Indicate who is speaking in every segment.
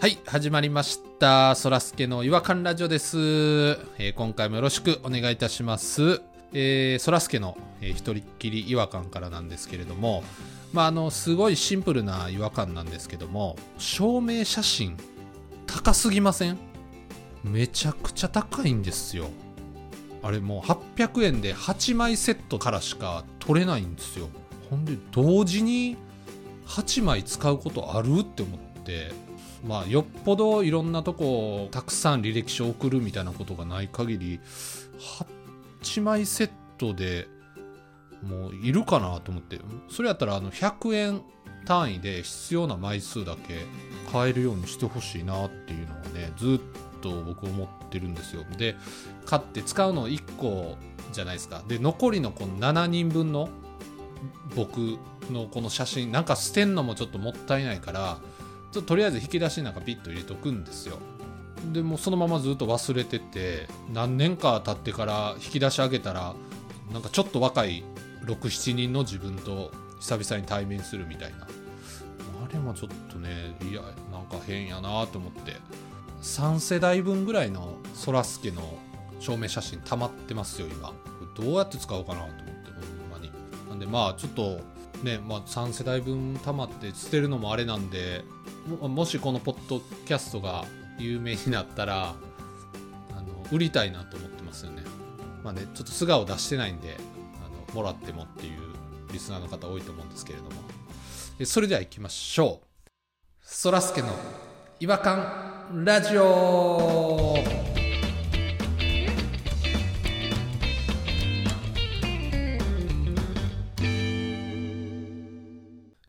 Speaker 1: はい、始まりました。そらすけの違和感ラジオです、えー今回もよろしくお願いいたします。えーそらすけの、えー一人っきり違和感からなんですけれども、まあ、あの、すごいシンプルな違和感なんですけども、証明写真、高すぎませんめちゃくちゃ高いんですよ。あれもう800円で8枚セットからしか取れないんですよ。ほんで、同時に8枚使うことあるって思って、まあ、よっぽどいろんなとこをたくさん履歴書を送るみたいなことがない限り8枚セットでもういるかなと思ってそれやったらあの100円単位で必要な枚数だけ買えるようにしてほしいなっていうのはねずっと僕思ってるんですよで買って使うの1個じゃないですかで残りのこの7人分の僕のこの写真なんか捨てんのもちょっともったいないからちょっととりあえず引き出しの中ピッと入れとくんですよでもうそのままずっと忘れてて何年か経ってから引き出し上げたらなんかちょっと若い67人の自分と久々に対面するみたいなあれもちょっとねいやなんか変やなと思って3世代分ぐらいのそらすけの証明写真溜まってますよ今どうやって使おうかなと思ってほんまになんでまあちょっとね、まあ、3世代分溜まって捨てるのもあれなんでももしこのポッドキャストが有名になったらあの売りたいなと思ってますよねまあねちょっと素顔出してないんであのもらってもっていうリスナーの方多いと思うんですけれどもえそれでは行きましょうそらすけの違和感ラジオ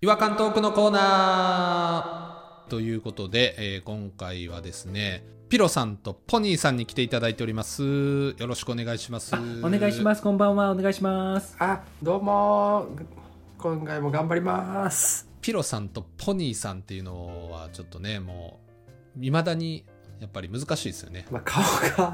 Speaker 1: 違和感トークのコーナーということで、えー今回はですねピロさんとポニーさんに来ていただいておりますよろしくお願いします
Speaker 2: お願いしますす。こんばんは。お願いします。
Speaker 3: あどうもー今回も頑張ります
Speaker 1: ピロさんとポニーさんっていうのはちょっとねもう未だにやっぱり難しいですよね
Speaker 3: まあ顔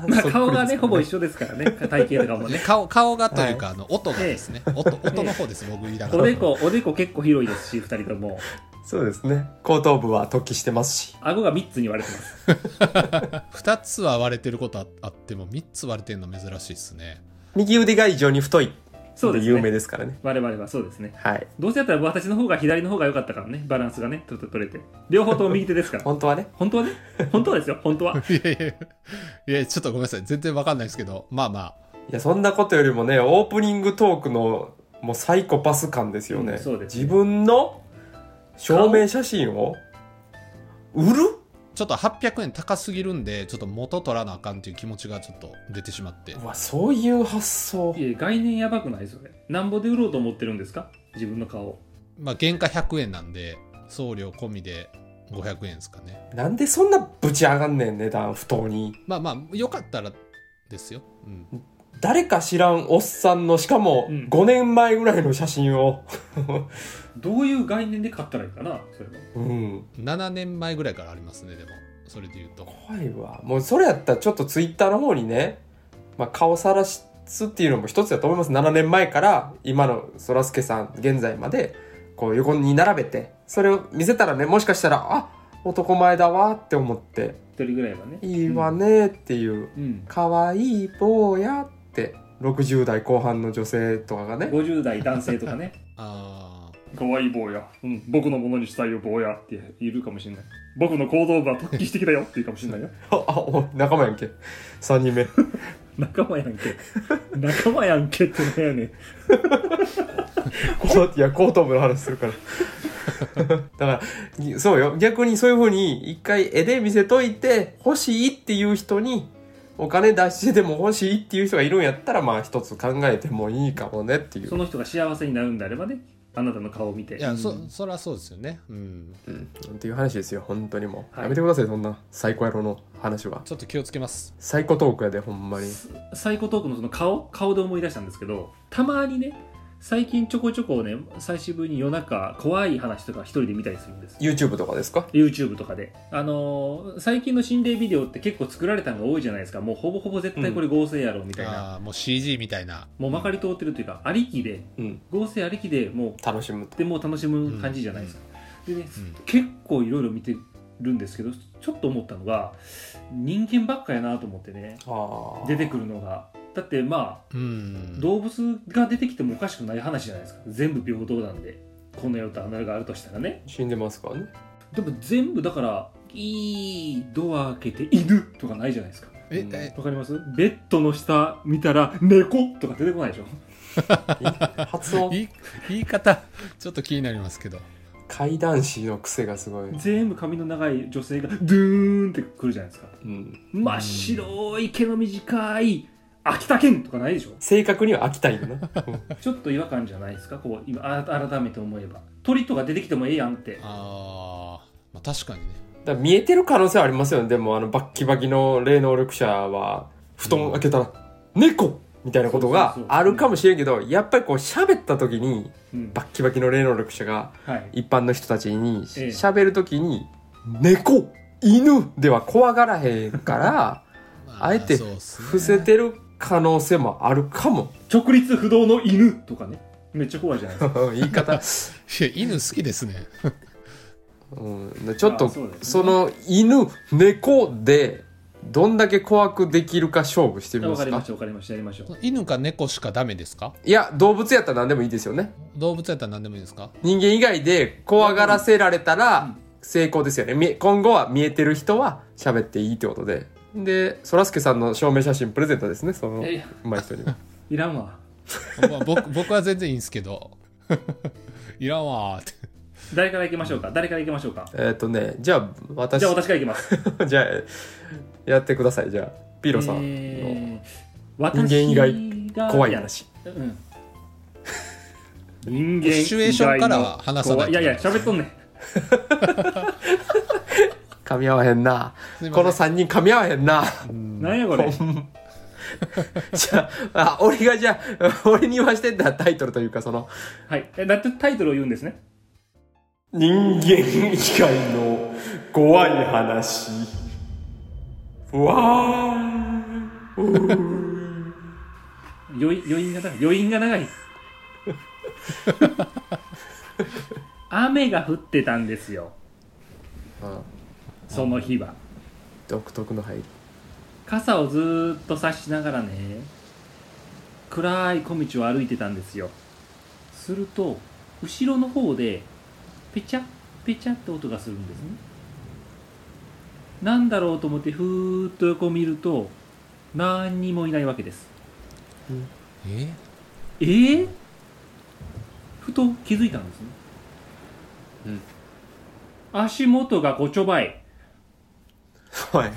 Speaker 3: が、
Speaker 2: まあ、顔がね、ほぼ
Speaker 3: 緒
Speaker 2: 一緒ですからね。体型とかも ね。
Speaker 1: 顔顔がというか、
Speaker 3: は
Speaker 1: あの音がですね、音音の方です、僕言いなが
Speaker 2: お
Speaker 1: ら
Speaker 2: でこ、おでこ結構広いですし、二人とも。
Speaker 3: そうですね後頭部は突起してますし
Speaker 2: 顎が三つに割れてます。
Speaker 1: 2つは割れてることああっても3つ割れてるの珍しいですね
Speaker 3: 右腕が異常に太い
Speaker 2: そうですね
Speaker 3: 有名ですからね
Speaker 2: 我々はそうですね。
Speaker 3: はい
Speaker 2: どうせやったら私の方が左の方が良かったからね。バランスがね、とと取れて。両方とも右手です から。
Speaker 3: 本当はね
Speaker 2: 本当はね、本当はですよ。本当は。
Speaker 1: いやいやいやちょっとごめんなさい全然わかんないですけどまあまあ
Speaker 3: いやそんなことよりもねオープニングトークのもうサイコパス感ですよね、
Speaker 2: うんそうですね
Speaker 3: 自分の証明写真を売る
Speaker 1: ちょっと800円高すぎるんでちょっと元取らなあかんっていう気持ちがちょっと出てしまって
Speaker 3: うわそういう発想
Speaker 2: いや、概念やばくないそれ。なんぼで売ろうと思ってるんですか自分の顔を。
Speaker 1: まあ原価100円なんで送料込みで500円ですかね
Speaker 3: なんでそんなぶち上がんねん値段不当に
Speaker 1: まあまあよかったらですよ、うん、
Speaker 3: 誰か知らんおっさんのしかも
Speaker 2: うん
Speaker 3: 5年前ぐらいの写 真を、
Speaker 2: どういう概念で買ったらいいかなそれは。
Speaker 3: うん、
Speaker 1: 7年前ぐらいからありますねでもそれで言うと
Speaker 3: 怖いわもうそれやったらちょっとツイッターの方にね、まあ、顔さらすっていうのも一つだと思います7年前から今のそらすけさん現在までこう横に並べてそれを見せたらねもしかしたらあ男前だわって思って
Speaker 2: 一人ぐらいはね。
Speaker 3: いいわねっていう
Speaker 2: うん。うん。
Speaker 3: 可愛い坊やって60代後半の女性とかがね
Speaker 2: 50代男性とかね。
Speaker 1: ああ
Speaker 2: 可愛い坊や、うん、僕のものにしたいよ坊やっているかもしれない僕の行動部は突起してきたよっていうかもしれないよ
Speaker 3: あ あお仲間やんけ3人目
Speaker 2: 仲間やん け仲間やんけってなんやねん
Speaker 3: こういや後頭部の話するからだからぎそうよ逆にそういうふうに一回絵で見せといて欲しいっていう人にお金出してでも欲しいっていう人がいるんやったらまあ一つ考えてもいいかもねっていう
Speaker 2: その人が幸せになるんであればねあなたの顔を見て
Speaker 1: いや、
Speaker 2: う
Speaker 1: そ
Speaker 2: ん
Speaker 1: そりゃそうですよねうん
Speaker 3: っていう話ですよ本当にもう、
Speaker 2: はい
Speaker 3: やめてくださいそんなサイコ野郎の話は
Speaker 1: ちょっと気をつけます
Speaker 3: サイコトークやでほんまに
Speaker 2: サイコトークのその顔顔で思い出したんですけどたまにね最近ちょこちょこね最終ぶりに夜中怖い話とか一人で見たりするんです
Speaker 3: YouTube とかですか
Speaker 2: YouTube とかで、あのー最近の心霊ビデオって結構作られたのが多いじゃないですかもうほぼほぼ絶対これ合成やろみたいな、
Speaker 1: あーもう CG みたいな
Speaker 2: もうまかり通ってるというか、ありきで、
Speaker 3: うん
Speaker 2: 合成ありきでもう、
Speaker 3: 楽しむと
Speaker 2: でもう楽しむ感じじゃないですか。でね、
Speaker 1: うん
Speaker 2: 結構いろいろ見てるんですけどちょっと思ったのが人間ばっかやなと思ってね
Speaker 3: ああ
Speaker 2: 出てくるのがだってまあ
Speaker 1: うん
Speaker 2: 動物が出てきてもおかしくない話じゃないですか全部平等なんでこの世とあなたがあるとしたらね
Speaker 3: 死んでます からね
Speaker 2: でも全部だからいいドア開けて犬とかないじゃないですか
Speaker 1: ええ
Speaker 2: わかりますベッドの下見たら猫とか出てこないでしょ
Speaker 3: 発音
Speaker 1: 言い言い方ちょっと気になりますけど
Speaker 3: 怪談師の癖がすごい、
Speaker 2: 全部髪の長い女性がドゥーンってくるじゃないですか
Speaker 3: うん、
Speaker 2: 真っ白い毛の短い秋田県とかないでしょ
Speaker 3: 正確には飽きたいよな、うん
Speaker 2: ちょっと違和感じゃないですかこう今あ改めて思えば鳥とか出てきてもええやんって
Speaker 1: あー、まあ確かにね
Speaker 3: だから見えてる可能性はありますよねでもあのバッキバキの霊能力者は布団開けたら「猫!」みたいなことが
Speaker 2: そうそうそう
Speaker 3: あるかもしれんけどやっぱりこう喋った時に
Speaker 2: うん
Speaker 3: バッキバキの霊能力者が
Speaker 2: はい
Speaker 3: 一般の人たちに
Speaker 2: ええ
Speaker 3: 喋る時に「猫犬!」では怖がらへんから
Speaker 1: ま
Speaker 3: あえて
Speaker 1: そうっすね
Speaker 3: 伏せてる可能性もあるかも
Speaker 2: 直立不動の犬とかねめっちゃ怖いじゃないですか
Speaker 3: 言い方、
Speaker 1: いや犬好きですね
Speaker 3: うん、ちょっと
Speaker 2: あそうですね
Speaker 3: その犬猫でどんだけ怖くできるか勝負してみま
Speaker 2: わか
Speaker 3: す
Speaker 2: り
Speaker 3: か
Speaker 2: ましたわかりましたやりましょう
Speaker 1: 犬か猫しかダメですか
Speaker 3: いや動物やったら何でもいいですよね
Speaker 1: 動物やったら何でもいいですか
Speaker 3: 人間以外で怖がらせられた
Speaker 2: う
Speaker 3: ら
Speaker 2: ん
Speaker 3: 成功ですよねみ今後は見えてる人は喋っていいってことででそらすけさんの証明写真プレゼントですねそ
Speaker 2: い
Speaker 3: の
Speaker 2: やいや
Speaker 3: うまい人に は
Speaker 2: いらんわ
Speaker 1: まあ僕 僕は全然いいんですけど いらんわーって
Speaker 2: 誰から行きましょうか誰から行きましょうか
Speaker 3: えっとねじゃあ私
Speaker 2: じゃあ私から行きます
Speaker 3: じゃあやってくださいじゃあピーロさんの
Speaker 2: えー私
Speaker 3: 人間以外
Speaker 2: が
Speaker 3: 怖い話
Speaker 2: うん人間以外の
Speaker 1: シチュエーションからは話さない
Speaker 2: いやいや喋っとんねん
Speaker 3: 噛み合わへんな
Speaker 1: すいませ
Speaker 3: こ
Speaker 1: ん
Speaker 3: の3人噛み合わへんな
Speaker 2: なんやこれ
Speaker 3: じゃああ俺がじゃあ 俺に言わしてたタイトルというかその
Speaker 2: はいえだってタイトルを言うんですね
Speaker 3: 人間以外の怖い話わー
Speaker 2: 余韻余韻が長い余韻が長い雨が降ってたんですよその日は
Speaker 3: 独特の入り
Speaker 2: 傘をずーっと差しながらね暗い小道を歩いてたんですよすると後ろの方でペチャペチャって音がするんですねなんだろうと思ってふーっと横見ると何にもいないわけです
Speaker 1: え
Speaker 2: えー、ふと気づいたんですね、
Speaker 3: うん
Speaker 2: 足元がごちょばい
Speaker 3: はい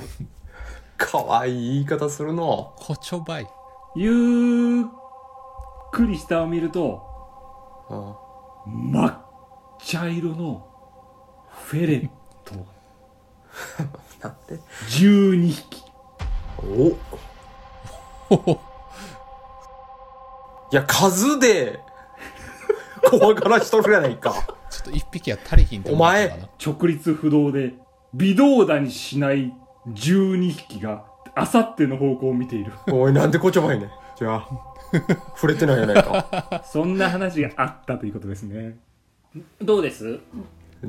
Speaker 3: かわいい言い方するの
Speaker 1: こちょばい
Speaker 2: ゆっくり下を見ると
Speaker 3: うん
Speaker 2: 真っ茶色のフェレット
Speaker 3: なんで
Speaker 2: 12匹
Speaker 3: おい
Speaker 1: ほほ
Speaker 3: や数で怖がらしとるやないか
Speaker 1: ちょっと一匹は足りひんって思ったかな
Speaker 2: 直立不動で微動だにしない12匹があさっての方向を見ている
Speaker 3: おいなんでこちょばいねんじゃあ触れてないやないか
Speaker 2: そんな話があったということですねどうです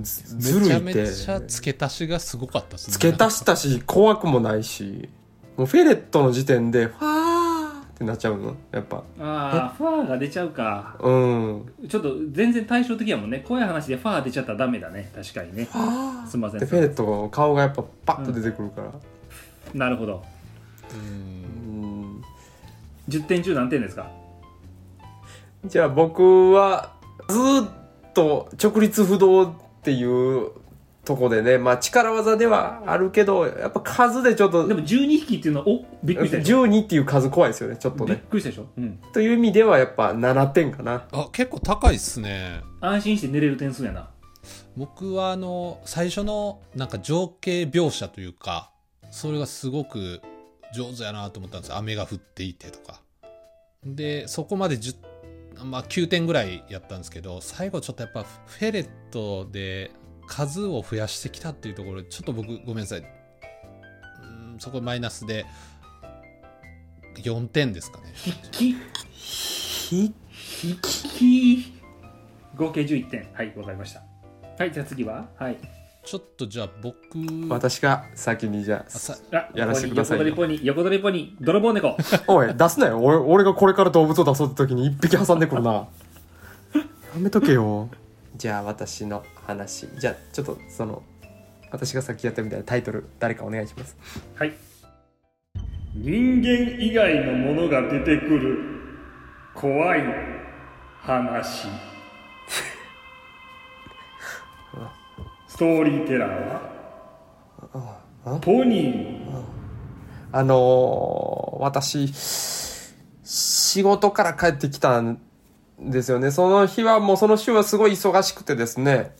Speaker 3: ずず
Speaker 1: めち
Speaker 3: る
Speaker 1: ゃ
Speaker 3: いって
Speaker 1: めちゃ付け足しがすごかったですね
Speaker 3: 付け足したし怖くもないしもうフェレットの時点でファーってなっちゃうのやっぱ
Speaker 2: ああファーが出ちゃうか
Speaker 3: うんフ
Speaker 2: ちょっと全然対照的やもんね怖い話でファー出ちゃったらダメだね確かにね
Speaker 3: ァ
Speaker 2: すんません
Speaker 3: でフェレットの顔がやっぱパッと出てくるから、
Speaker 2: なるほど
Speaker 1: うん
Speaker 3: うん
Speaker 2: 10点中何点ですか
Speaker 3: じゃあ僕はずーっと直立不動っていうとこでねまあ力技ではあるけどやっぱ数でちょっ
Speaker 2: で
Speaker 3: と
Speaker 2: も12匹っていうのはおびっくりしたでしょ
Speaker 3: 12っていう数怖いですよねちょっと
Speaker 2: びっ
Speaker 3: ね
Speaker 2: くりしたでしょ、うん、
Speaker 3: という意味ではやっぱ7点かな
Speaker 1: あ結構高いっすね
Speaker 2: 安心して寝れる点数やな
Speaker 1: 僕はあの最初のなんか情景描写というかそれがすごく上手やなと思ったんです雨が降っていてとかでそこまで10、まあ、9点ぐらいやったんですけど最後ちょっとやっぱフェレットで数を増やしてきたっていうところちょっと僕ごめんなさいうんそこマイナスで4点ですかね
Speaker 2: 筆記
Speaker 3: ひ
Speaker 2: 筆記合計11点はいわかりましたはいじゃあ次ははい
Speaker 1: ちょっとじゃあ僕
Speaker 3: 私が先にじゃ
Speaker 1: あ
Speaker 3: あ
Speaker 1: さ
Speaker 2: あ
Speaker 3: やらせてくださいよ
Speaker 2: 横取りポニー、横取りポニー、泥棒猫。
Speaker 3: おい出すなよ俺俺がこれから動物を出そうって時に一匹挟んでくるなやめとけよじゃあ私の話じゃあちょっとその私が先やったみたいなタイトル誰かお願いします
Speaker 2: はい。
Speaker 4: 人間以外のものが出てくる怖い話ストーリーテラーはポニー
Speaker 3: あのー私仕事から帰ってきたんですよねその日はもうその週はすごい忙しくてですね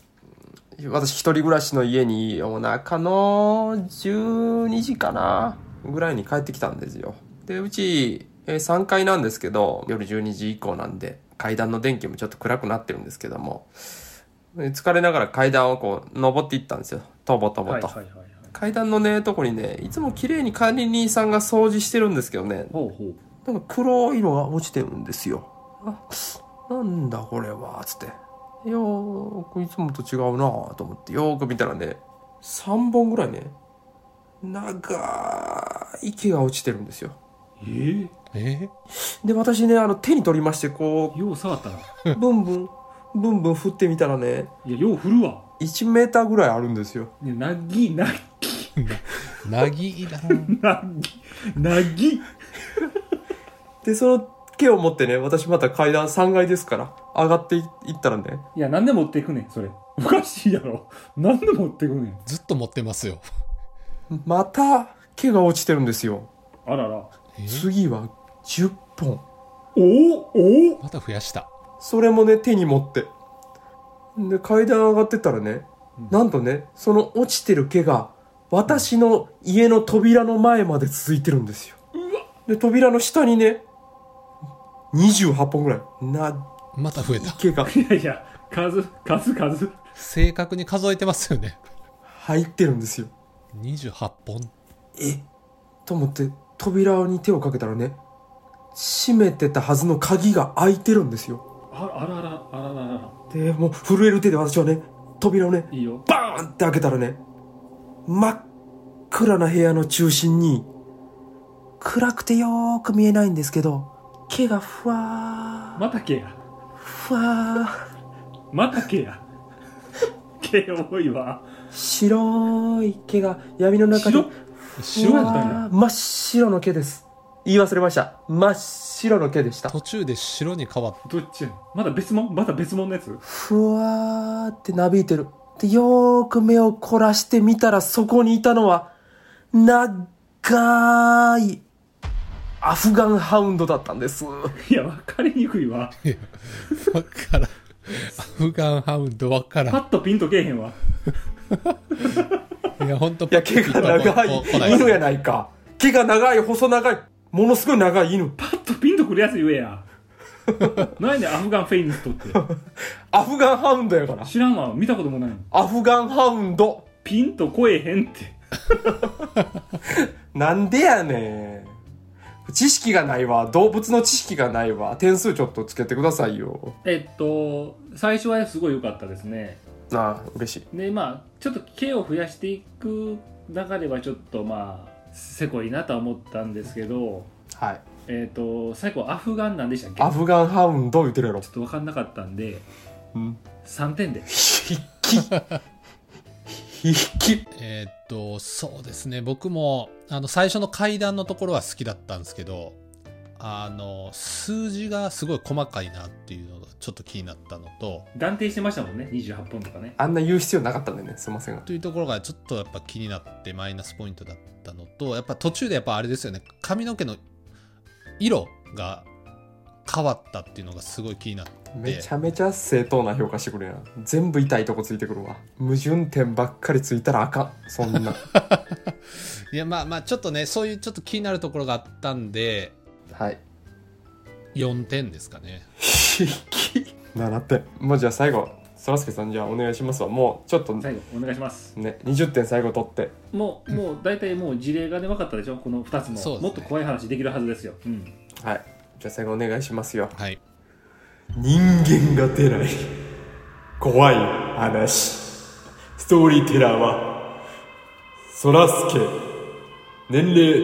Speaker 3: 私一人暮らしの家にお腹の12時かなぐらいに帰ってきたんですよでうちえー3階なんですけど夜12時以降なんで階段の電気もちょっと暗くなってるんですけどもで疲れながら階段をこう登っていったんですよとぼとぼと、
Speaker 2: はいはいはいはい。
Speaker 3: 階段のねとこにねいつも綺麗に管理人さんが掃除してるんですけどね
Speaker 2: ほうほう。
Speaker 3: なんか黒い色が落ちてるんですよあなんだこれはつってよーくいつもと違うなと思ってよーく見たらね3本ぐらいね長い毛が落ちてるんですよ
Speaker 2: え
Speaker 1: え
Speaker 3: で私ねあの手に取りましてこ
Speaker 2: えよう触ったな。
Speaker 3: うブンブンブンブン振ってみたらね
Speaker 2: いや、よう振るわ。
Speaker 3: 1メーターぐらいあるんですよ
Speaker 2: ね、なぎ、なぎ、
Speaker 1: なぎだ
Speaker 2: なぎ、なぎ。
Speaker 3: でその毛を持ってね私また階段3階ですから上がっていったらね
Speaker 2: いや、なんで持っていくねん、それ。おかしいやろ。なんで持っていくねん。
Speaker 1: ずっと持ってますよ
Speaker 3: また毛が落ちてるんですよ
Speaker 2: あらら。
Speaker 1: え
Speaker 3: 次は10本
Speaker 2: おおお
Speaker 1: また増やした
Speaker 3: それもね手に持ってで階段上がってったらね、なんとねその落ちてる毛が私の家の扉の前まで続いてるんですよで扉の下にね28本ぐらいな
Speaker 1: また増えた
Speaker 3: 毛が
Speaker 2: いやいや、数、数、数。
Speaker 1: 正確に数えてますよね
Speaker 3: 入ってるんですよ
Speaker 1: 28本
Speaker 3: えと思って扉に手をかけたらね閉めてたはずの鍵が開いてるんですよ
Speaker 2: ああらら、あらららら。
Speaker 3: でもう震える手で私はね扉をね
Speaker 2: いいよ。
Speaker 3: バーンって開けたらね真っ暗な部屋の中心に暗くてよーく見えないんですけど毛がふわー
Speaker 2: またけや。
Speaker 3: ふわ
Speaker 2: またけや。け多いわ。
Speaker 3: ー白い毛が闇の中に
Speaker 2: 白
Speaker 1: 白
Speaker 2: やったんや
Speaker 3: わー真っ白の毛です言い忘れました真っ白の毛でした
Speaker 1: 途中で白に変わっ
Speaker 2: どっちやねんまだ別物まだ別物のやつ
Speaker 3: ふわーってなびいてる。で、よーく目を凝らしてみたら、そこにいたのは、長い、アフガンハウンドだったんです。
Speaker 2: いや、わかりにくいわ。
Speaker 1: わからん。アフガンハウンドわから
Speaker 2: パッとピンとけえへんわ。
Speaker 1: ん。いや、ほんと、
Speaker 3: いや、毛が長い
Speaker 1: ここない
Speaker 3: 犬やないか。毛が長い、細長い、ものすごい長い犬。
Speaker 2: パッとピンとくるやつ言え や。なんやねんアフガンフェインストって。
Speaker 3: アフガンハウンドやから。
Speaker 2: 知らんわ。見たこともないの。
Speaker 3: アフガンハウンド。
Speaker 2: ピンとこえへんって。
Speaker 3: なんでやねん。知識がないわ。動物の知識がないわ。点数ちょっとつけてくださいよ。
Speaker 2: えっと、最初はすごい良かったですね。
Speaker 3: ああ、嬉しい。
Speaker 2: で、まあ、ちょっと毛を増やしていく中ではちょっとまあ、せこいなとは思ったんですけど、
Speaker 3: はい。
Speaker 2: えっと、最後アフガンなんでしたっけ
Speaker 3: アフガンハウンド言ってるやろ
Speaker 2: ちょ。っと分かんなかったんで、
Speaker 3: うん。
Speaker 2: 3点で。
Speaker 3: 筆記筆記
Speaker 1: えーっと、そうですね。僕も、あの、最初の階段のところは好きだったんですけど、あの、数字がすごい細かいなっていうのがちょっと気になったのと、
Speaker 2: 断定してましたもんね、28本とかね。
Speaker 3: あんな言う必要なかったんでねすいませんが
Speaker 1: というところがちょっとやっぱ気になってマイナスポイントだったのと、やっぱ途中でやっぱあれですよね。髪の毛の色が変わったっていうのがすごい気になって。
Speaker 3: めちゃめちゃ正当な評価してくれや全部痛いとこついてくるわ矛盾点ばっかりついたらあかんそんな
Speaker 1: いや、まあまあ、ちょっとね、そういうちょっと気になるところがあったんで、
Speaker 3: はい
Speaker 1: 4点ですかね。
Speaker 3: 筆記7点もうじゃあ最後そらすけさんじゃあお願いしますわもうちょっとね
Speaker 2: 最後、お願いします。
Speaker 3: 20点最後取って
Speaker 2: もう、もう、大体もう事例がね、分かったでしょこの2つの、
Speaker 1: そうですね
Speaker 2: もっと怖い話できるはずですよ。うん。
Speaker 3: はいじゃあ最後お願いしますよ
Speaker 1: はい。
Speaker 3: 人間が出ない怖い話
Speaker 5: ストーリーテラーは、そらすけ、年齢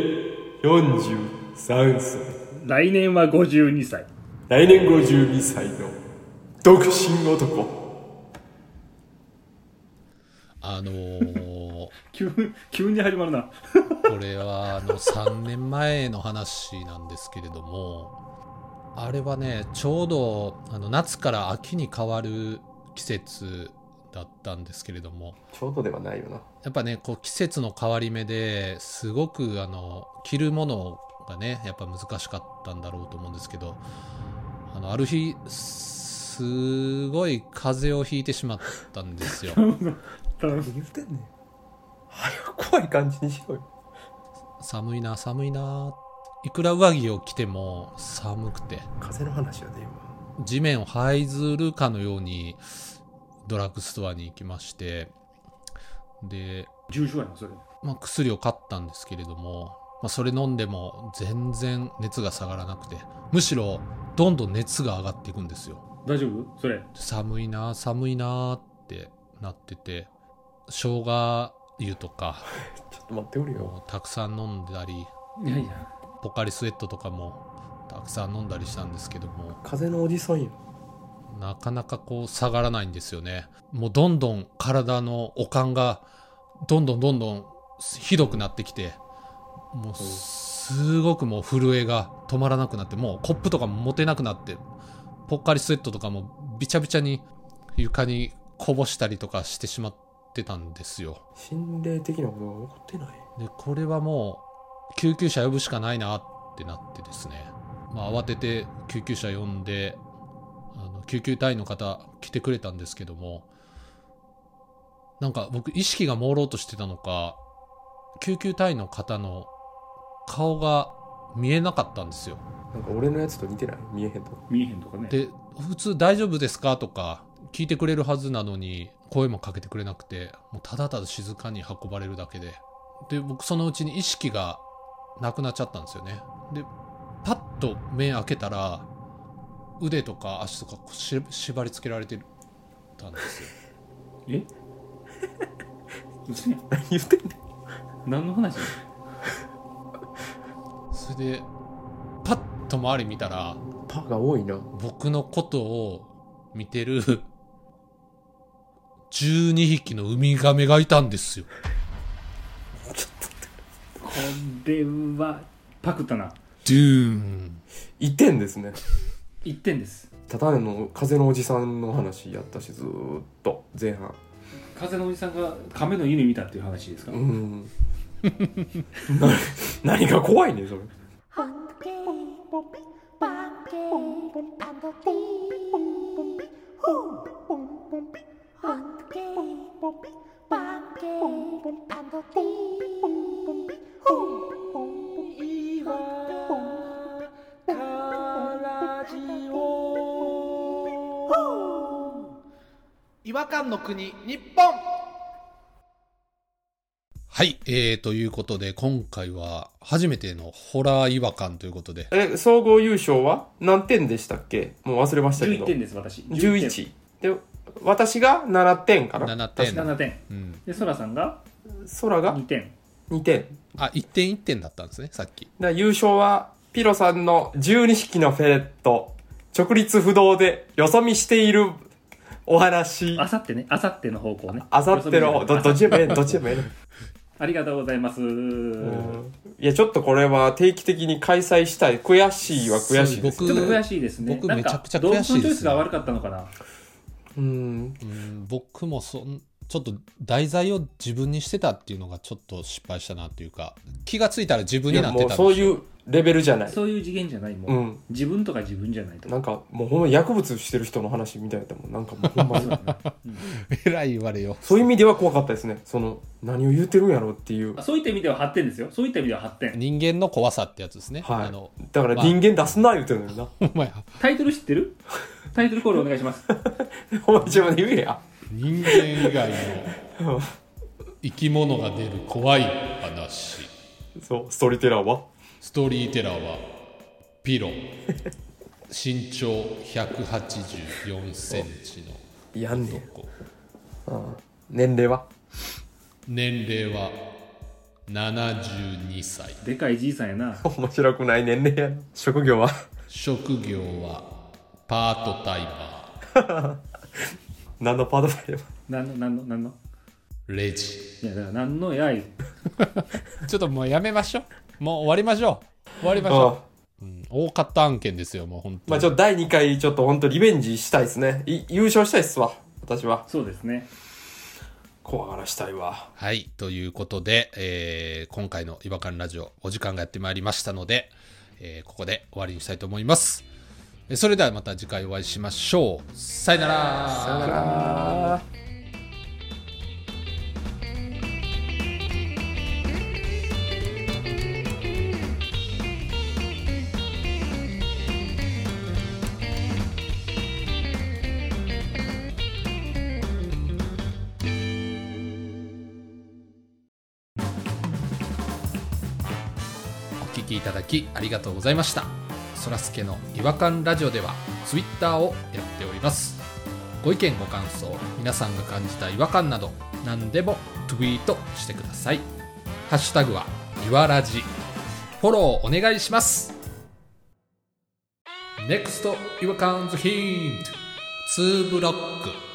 Speaker 5: 43歳、
Speaker 4: 来年は52歳
Speaker 5: 来年52歳の独身男。
Speaker 1: あのー、
Speaker 4: 急急に始まるな
Speaker 1: これはあの3年前の話なんですけれどもあれはねちょうどあの夏から秋に変わる季節だったんですけれども
Speaker 3: ちょうどではないよな。
Speaker 1: やっぱねこう季節の変わり目ですごくあの着るものがねやっぱ難しかったんだろうと思うんですけどあのある日すごい風邪をひいてしまったんですよ。
Speaker 4: 頼む
Speaker 3: 言ってんねん。早く怖い感じにしろよ。
Speaker 1: 寒いな寒いないくら上着を着ても寒くて
Speaker 3: 風の話やで、今。
Speaker 1: 地面を這いずるかのようにドラッグストアに行きましてで、
Speaker 4: 重症やなそれ
Speaker 1: まあ、薬を買ったんですけれども、まあ、それ飲んでも全然熱が下がらなくてむしろどんどん熱が上がっていくんですよ
Speaker 4: 大丈夫それ
Speaker 1: 寒いな寒いなってなってて生姜湯とか
Speaker 3: ちょっと待っておるよ。
Speaker 1: もうたくさん飲んだり
Speaker 4: いやいや
Speaker 1: ポカリスエットとかもたくさん飲んだりしたんですけども
Speaker 3: 風のおじさんよ。
Speaker 1: なかなかこう下がらないんですよねもうどんどん体の悪感がどんどんどんどんひどくなってきてもうすごくもう震えが止まらなくなってもうコップとかも持てなくなってポッカリスエットとかもびちゃびちゃに床にこぼしたりとかしてしまってたんですよ
Speaker 3: 心霊的なことが起こってない。
Speaker 1: でこれはもう救急車呼ぶしかないなってなってですね、まあ、慌てて救急車呼んであの救急隊員の方来てくれたんですけどもなんか僕意識が朦朧としてたのか救急隊員の方の顔が見えなかったんですよ
Speaker 3: なんか俺のやつと似てない見えへんとこ。
Speaker 4: 見えへんとかね
Speaker 1: で普通「大丈夫ですか?」とか聞いてくれるはずなのに声もかけてくれなくてもうただただ静かに運ばれるだけでで僕そのうちに意識がなくなっちゃったんですよねでパッと目開けたら腕とか足とかこうし縛り付けられてたんですよ
Speaker 4: え嘘やん
Speaker 3: 言ってんねん。
Speaker 4: 何の話
Speaker 1: それでパッと周り見たら
Speaker 3: パーが多いな。
Speaker 1: 僕のことを見てる12匹のウミガメがいたんですよ
Speaker 4: これはパクったな
Speaker 1: ドゥーン
Speaker 3: いてんですね。
Speaker 4: 1点です
Speaker 3: ただの風のおじさんの話やったし、ずーっと前半。
Speaker 4: 風のおじさんが亀の犬見たっていう話ですか、
Speaker 3: うんな 何が怖いねんそれ
Speaker 6: Hungry.
Speaker 7: 違和感の国日本
Speaker 1: はい、えー、ということで、今回は初めてのホラー違和感ということで、
Speaker 3: え総合優勝は何点でしたっけもう忘れましたけ
Speaker 4: 11
Speaker 3: ど
Speaker 4: 点です私
Speaker 3: 11で私が7点かな
Speaker 1: 7
Speaker 4: 点
Speaker 1: 点。
Speaker 4: 7点
Speaker 1: うん。
Speaker 4: で空さんが
Speaker 3: 空が
Speaker 4: 2点
Speaker 3: 2点
Speaker 1: あ、1点1点だったんですね、さっき。
Speaker 3: だから優勝はピロさんの12匹のフェレット直立不動でよそ見しているお話
Speaker 4: あさってねあさっての方向ね
Speaker 3: あさってのどどっちでもええどっちでもええね
Speaker 4: ありがとうございます
Speaker 3: いやちょっとこれは定期的に開催したい悔しいは悔しいです
Speaker 1: そう
Speaker 4: ちょっと
Speaker 1: 僕
Speaker 4: 悔しいですね
Speaker 1: 僕
Speaker 4: なんか
Speaker 1: めちゃくちゃ悔しいですね
Speaker 4: 動物のチョイスが悪かったのかな
Speaker 3: うん
Speaker 1: うん、僕もそん、ちょっと題材を自分にしてたっていうのがちょっと失敗したなっていうか、気がついたら自分
Speaker 3: い
Speaker 1: に
Speaker 3: や
Speaker 1: なってた
Speaker 3: も
Speaker 1: ん
Speaker 3: う
Speaker 1: です
Speaker 3: そうい
Speaker 1: よ。
Speaker 3: うレベルじゃない
Speaker 4: そういう次元じゃないも、
Speaker 3: うんん
Speaker 4: 自分とか自分じゃないと
Speaker 3: なんかもうほんま薬物してる人の話みたいだったもんなんかもうほんま に
Speaker 1: えらい言われよ。
Speaker 3: そういう意味では怖かったですねその何を言うてるんやろっていう
Speaker 4: あそういった意味では8点ですよそういった意味では8点
Speaker 1: 人間の怖さってやつですね。あの
Speaker 3: は、いだから人間出すな言うてるのにな
Speaker 1: お前、
Speaker 4: タイトル知ってるタイトルコールお願いします
Speaker 3: お前自分で言えや
Speaker 1: 人間以外の生き物が出る怖い話。
Speaker 3: そうストーリーテラーは
Speaker 1: ストーリーテラーはピロ身長184センチの
Speaker 3: やんねん
Speaker 1: 男
Speaker 3: 年齢は
Speaker 1: 年齢は72歳
Speaker 2: でかいじいさんやな
Speaker 3: 面白くない年齢やな職業は
Speaker 1: 職業はパートタイマ
Speaker 3: 何のパートだよ
Speaker 2: なんのなんのなんの
Speaker 1: ーレジ
Speaker 2: いやだからなんのやい
Speaker 1: ちょっともうやめましょうもう終わりましょう終わりましょう、うん、多かった案件ですよもう本当に、
Speaker 3: まあちょっと第2回ちょっと本当リベンジしたいですねい優勝したいっすわ私は
Speaker 2: そうですね
Speaker 3: 怖がらしたいわ
Speaker 1: はい。ということで、えー今回の違和感ラジオ、お時間がやってまいりましたので、えーここで終わりにしたいと思います。えーそれではまた次回お会いしましょう。さよなら。さよなら。お聞きいただきありがとうございましたそらすけの違和感ラジオではツイッターをやっておりますご意見ご感想皆さんが感じた違和感など何でもツイートしてくださいハッシュタグはいわらじフォローお願いします NEXT 違和感ズヒント2ブロック